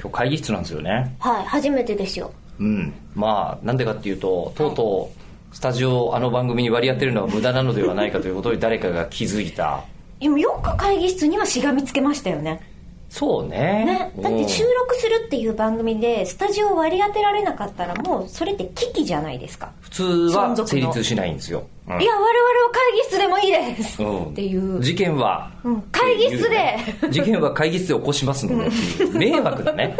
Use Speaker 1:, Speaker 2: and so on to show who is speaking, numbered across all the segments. Speaker 1: 今日会議室なんですよね
Speaker 2: はい初めてですよ
Speaker 1: うんまあなんでかっていうととうとうスタジオをあの番組に割り当てるのは無駄なのではないかということに誰かが気づいた
Speaker 3: でもよく会議室にはしがみつけましたよね
Speaker 1: そうね
Speaker 2: ねだって収
Speaker 1: うん
Speaker 2: 録するっていう番組でスタジオを割り当てられなかったらもうそれって危機じゃないですか、
Speaker 1: 普通は成立しないんですよ、うん
Speaker 2: いや我々は会議室でもいいです、
Speaker 1: うん
Speaker 2: っていう
Speaker 1: 事件は、
Speaker 2: ん会議室で
Speaker 1: 事件は会議室で起こしますのでっていう迷惑だ ね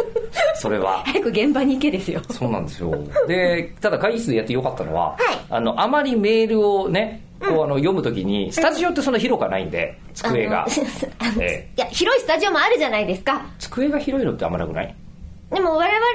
Speaker 1: それは
Speaker 3: 早く現場に行けですよ
Speaker 1: そうなんですよでただ会議室でやってよかったのは、
Speaker 2: い
Speaker 1: あのあまりメールをねこうあの読むときにスタジオってそんな広くはないんで机が
Speaker 2: あのあの
Speaker 1: え
Speaker 2: いや広いスタジオもあるじゃないですか
Speaker 1: 机が広いのってあんまなくない
Speaker 2: でも我々が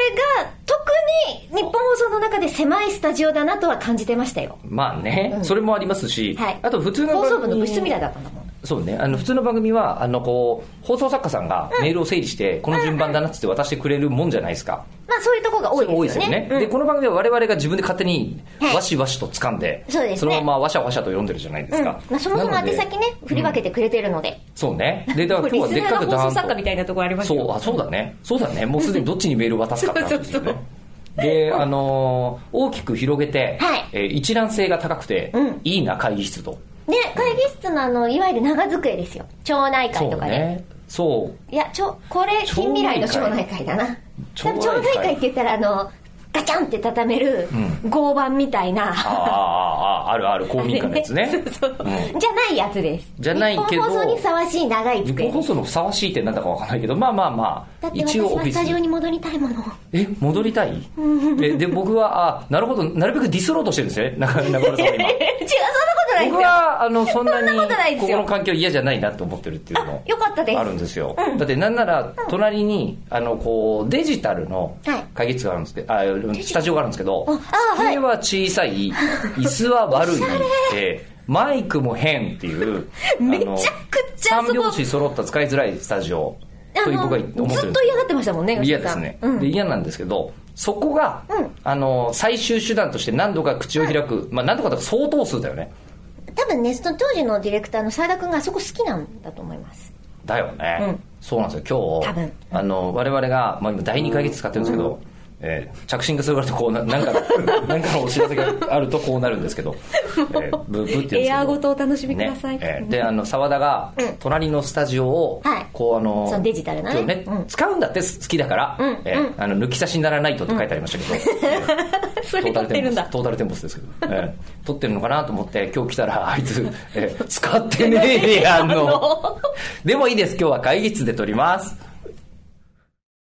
Speaker 2: 特に日本放送の中で狭いスタジオだなとは感じてましたよ
Speaker 1: まあね、それもありますし、
Speaker 2: はい
Speaker 1: あと普通の
Speaker 2: 放
Speaker 1: 番組
Speaker 2: 送部の部室みたいだったんだもん
Speaker 1: そうねあの普通の番組はあのこう放送作家さんがメールを整理して、この順番だなっつって渡してくれるもんじゃないですか、
Speaker 2: まあそういうとこが多い
Speaker 1: 多いで
Speaker 2: で
Speaker 1: すす
Speaker 2: よ
Speaker 1: よ
Speaker 2: ね
Speaker 1: ね、
Speaker 2: うん
Speaker 1: でこの番組は我々が自分で勝手に
Speaker 2: はい
Speaker 1: わしわしと掴んで,、
Speaker 2: そうですね
Speaker 1: のままわしゃわしゃと読んでるじゃないです
Speaker 2: うん
Speaker 1: か、
Speaker 2: まあ、そもそも
Speaker 1: なので
Speaker 2: 宛先ね振り分けてくれてるので、
Speaker 1: そうねでだから今日
Speaker 3: リス
Speaker 1: はでっ
Speaker 3: ナ
Speaker 1: か
Speaker 3: ー
Speaker 1: く
Speaker 3: が放
Speaker 1: ダ
Speaker 3: 送
Speaker 1: ーン
Speaker 3: 作
Speaker 1: と
Speaker 3: 家みたいなとこあります
Speaker 1: そ
Speaker 3: よ
Speaker 1: うあそうだねそうだねもうすでにどっちにメール渡すかって話 です
Speaker 3: そ
Speaker 1: よ
Speaker 3: うそう
Speaker 1: ねであのー大きく広げて、
Speaker 2: はい
Speaker 1: えー一覧性が高くて、
Speaker 2: うん
Speaker 1: いいな会議室と
Speaker 2: で会議室のあのいわゆる長机ですよ町内会
Speaker 1: そ
Speaker 2: と
Speaker 1: う
Speaker 2: かで、
Speaker 1: ねそう
Speaker 2: いやちょこれ
Speaker 1: 町内会
Speaker 2: 近未来の町内会だな
Speaker 1: 町
Speaker 2: 多
Speaker 1: 内
Speaker 2: 分
Speaker 1: 会
Speaker 2: 町内会って言ったらあのガチャンって畳める合板みたいな、
Speaker 1: ああああある ある公民館のやつね
Speaker 2: そうそうじゃないやつです
Speaker 1: じゃないけど
Speaker 2: 日本放送にふさわしい長い
Speaker 1: 日本
Speaker 2: 机
Speaker 1: 放送のふさわしいってなんだかわからないけどまあまあま
Speaker 2: だ
Speaker 1: あ
Speaker 2: って私
Speaker 1: 一応オ
Speaker 2: は
Speaker 1: フィ
Speaker 2: ス
Speaker 1: ス
Speaker 2: タジオに戻りたい もの
Speaker 1: え戻りたいえで僕はあなるほどなるべくディスろうとしてるんですね中中村さんは今
Speaker 2: 違う そんなことないで
Speaker 1: 僕
Speaker 2: すよ
Speaker 1: はあのそんなに
Speaker 2: そんなことないです
Speaker 1: こ
Speaker 2: よ
Speaker 1: この環境嫌じゃないなと思ってるっていうのも
Speaker 2: あよかったです
Speaker 1: あるんですよだってなんなら隣にあのこうデジタルの
Speaker 2: はい
Speaker 1: 会議室があるんですけどあスタジオがあるんですけど
Speaker 2: ああはい
Speaker 1: 机は小さい椅子は悪い でマイクも変っていうあの
Speaker 2: めちゃくちゃ
Speaker 1: 三
Speaker 2: そこ
Speaker 1: 拍子揃った使いづらいスタジオと僕は思ってるん
Speaker 2: あの
Speaker 1: です
Speaker 2: ずっと嫌がってましたもんね吉
Speaker 1: 嫌
Speaker 2: 田
Speaker 1: で
Speaker 2: さ
Speaker 1: す
Speaker 2: ん
Speaker 1: ね、
Speaker 2: うん
Speaker 1: で嫌なんですけどそこが、
Speaker 2: うん
Speaker 1: あの最終手段として何度か口を開く、まあ何度かとか相当数だよね
Speaker 2: 多分ねその当時のディレクターの澤田君があそこ好きなんだと思います
Speaker 1: だよね、
Speaker 2: うん
Speaker 1: そうなんですよ
Speaker 2: 多
Speaker 1: 今
Speaker 2: 分
Speaker 1: 日あの我々が、まあ、今第2回月使ってるんですけど、えー着信がするからとこうな なんかなんかのお知らせがあるとこうなるんですけど、えーブブって言うんです けど
Speaker 3: エアーごとお楽しみください、
Speaker 1: ねえーであの澤田が
Speaker 2: うん
Speaker 1: 隣のスタジオを、
Speaker 2: はい
Speaker 1: こうあの
Speaker 2: そのデジタルなね
Speaker 1: そうね
Speaker 2: うん
Speaker 1: 使うんだって好きだから、
Speaker 2: うん
Speaker 1: えーあの抜き差しにならないとって書いてありましたけ ど、えー
Speaker 3: そ
Speaker 1: ト
Speaker 3: れ
Speaker 1: ー
Speaker 3: 撮
Speaker 1: タル
Speaker 3: って
Speaker 1: テ
Speaker 3: る
Speaker 1: ンボ
Speaker 3: ん
Speaker 1: ス
Speaker 3: だ
Speaker 1: トータルテンボスですけど、ええ撮ってるのかなと思って今日来たらあいつ、ええ使ってねえやんのでもいいです今日は会議室で撮ります